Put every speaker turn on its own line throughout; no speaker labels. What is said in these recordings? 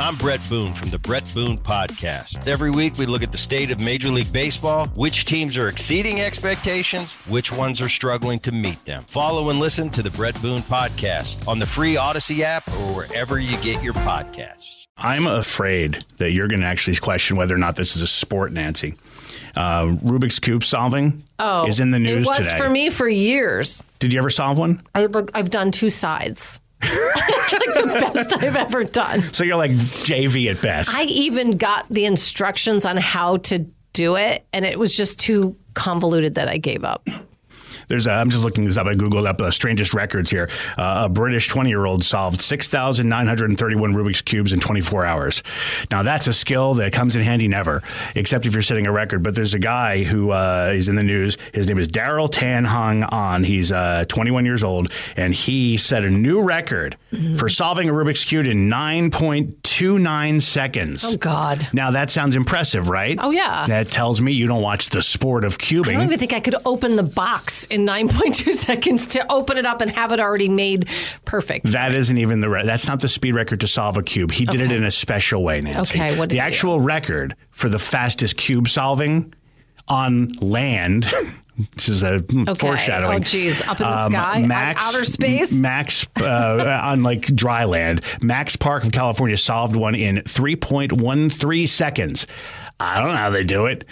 I'm Brett Boone from the Brett Boone Podcast. Every week, we look at the state of Major League Baseball, which teams are exceeding expectations, which ones are struggling to meet them. Follow and listen to the Brett Boone Podcast on the free Odyssey app or wherever you get your podcasts.
I'm afraid that you're going to actually question whether or not this is a sport, Nancy. Uh, Rubik's Cube solving
Oh,
is in the news
It was
today.
for me for years.
Did you ever solve one?
I've, I've done two sides. it's like the best I've ever done.
So you're like JV at best.
I even got the instructions on how to do it, and it was just too convoluted that I gave up.
There's a, I'm just looking this up. I googled up uh, strangest records here. Uh, a British 20 year old solved 6,931 Rubik's cubes in 24 hours. Now that's a skill that comes in handy never, except if you're setting a record. But there's a guy who uh, is in the news. His name is Daryl Tan Hung On. He's uh, 21 years old, and he set a new record for solving a Rubik's cube in 9.29 seconds.
Oh God,
Now that sounds impressive, right?
Oh, yeah.
That tells me you don't watch the sport of
I
cubing.
don't even think I could open the box in nine point two seconds to open it up and have it already made perfect.
That isn't even the re- that's not the speed record to solve a cube. He did it in a special way, Nancy.
Okay, what did
the
he
actual record for the fastest cube solving on land. this is a hmm,
Okay.
foreshadowing. Um,
Oh, geez. Up in the sky? On outer space?
Max uh, on like dry land. Max Park of California solved one in 3.13 seconds. I don't know how they do it.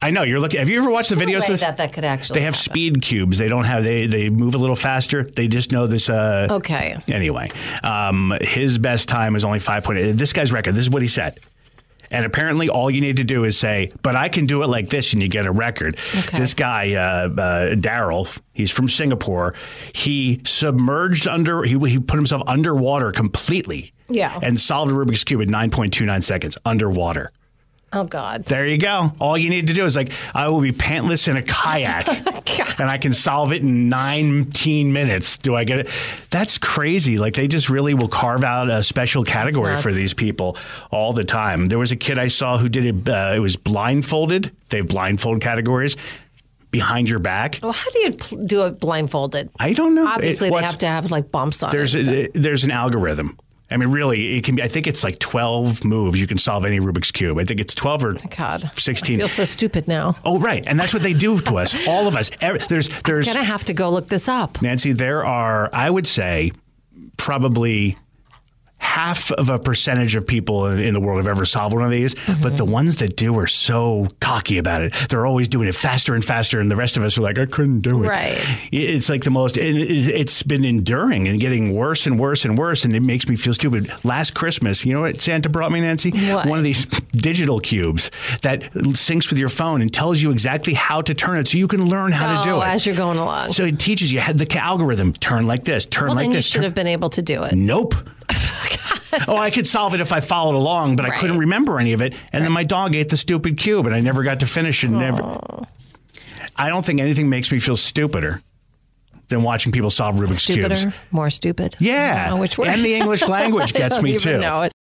I know you're looking. Have you ever watched the videos? of this?
that could actually.
they have speed cubes. They don't have. They they move a little faster. They just know this. Uh,
okay.
Anyway, um, his best time is only 5.8. This guy's record, this is what he said. And apparently, all you need to do is say, but I can do it like this, and you get a record.
Okay.
This guy, uh, uh, Daryl, he's from Singapore. He submerged under, he, he put himself underwater completely.
Yeah.
And solved a Rubik's Cube in 9.29 seconds underwater.
Oh God.
There you go. All you need to do is like, I will be pantless in a
Oh
kayak and I can solve it in 19 minutes. Do I get it? That's crazy. Like, they just really will carve out a special category for
nuts.
these people all the time. There was a kid I saw who did it, uh, it was blindfolded. They have blindfold categories behind your back.
Well, how do you pl- do it blindfolded?
I don't know. It-
Oh. Obviously, they
what's-
have to have like bumps on.
there's
it, so-
a, there's an algorithm. I mean, really, it can be. I think it's like twelve moves. You can solve any Rubik's cube. I think it's twelve or
Oh God. I
sixteen.
feel so stupid now.
Oh, right, and that's what they do to us, all of us. Every, there's, there's,
Gonna have to go look this up.
Nancy. There are, I would say, probably half of a percentage of people in, in the world have ever solved one of these.
Mm-hmm.
But the ones that do are so cocky about it. They're always doing it faster and faster, and the rest of us are like, I couldn't do it.
Right.
It- It's like the most. It, it- it's been enduring and getting worse and worse and worse, and it makes me feel stupid. Last Christmas, you know what Santa brought me, Nancy?
What?
One of these digital cubes that syncs with your phone and tells you exactly how to turn it, so you can learn how to do
oh,
it.
as you're going along.
So it teaches you how the algorithm turn like this, turn
well,
like
then you
this.
should
Turn.
have been able to do it.
Nope. oh, I could solve it if I followed along, but I
Right.
couldn't remember any of it. And then my dog ate the stupid cube, and I never got to finish it. Never. I don't think anything makes me feel stupider than watching people solve Rubik's
Stupider,
cubes.
more stupid. I
Yeah,
don't know which word?
and the English language
I
gets
don't
me
even
too.
know it.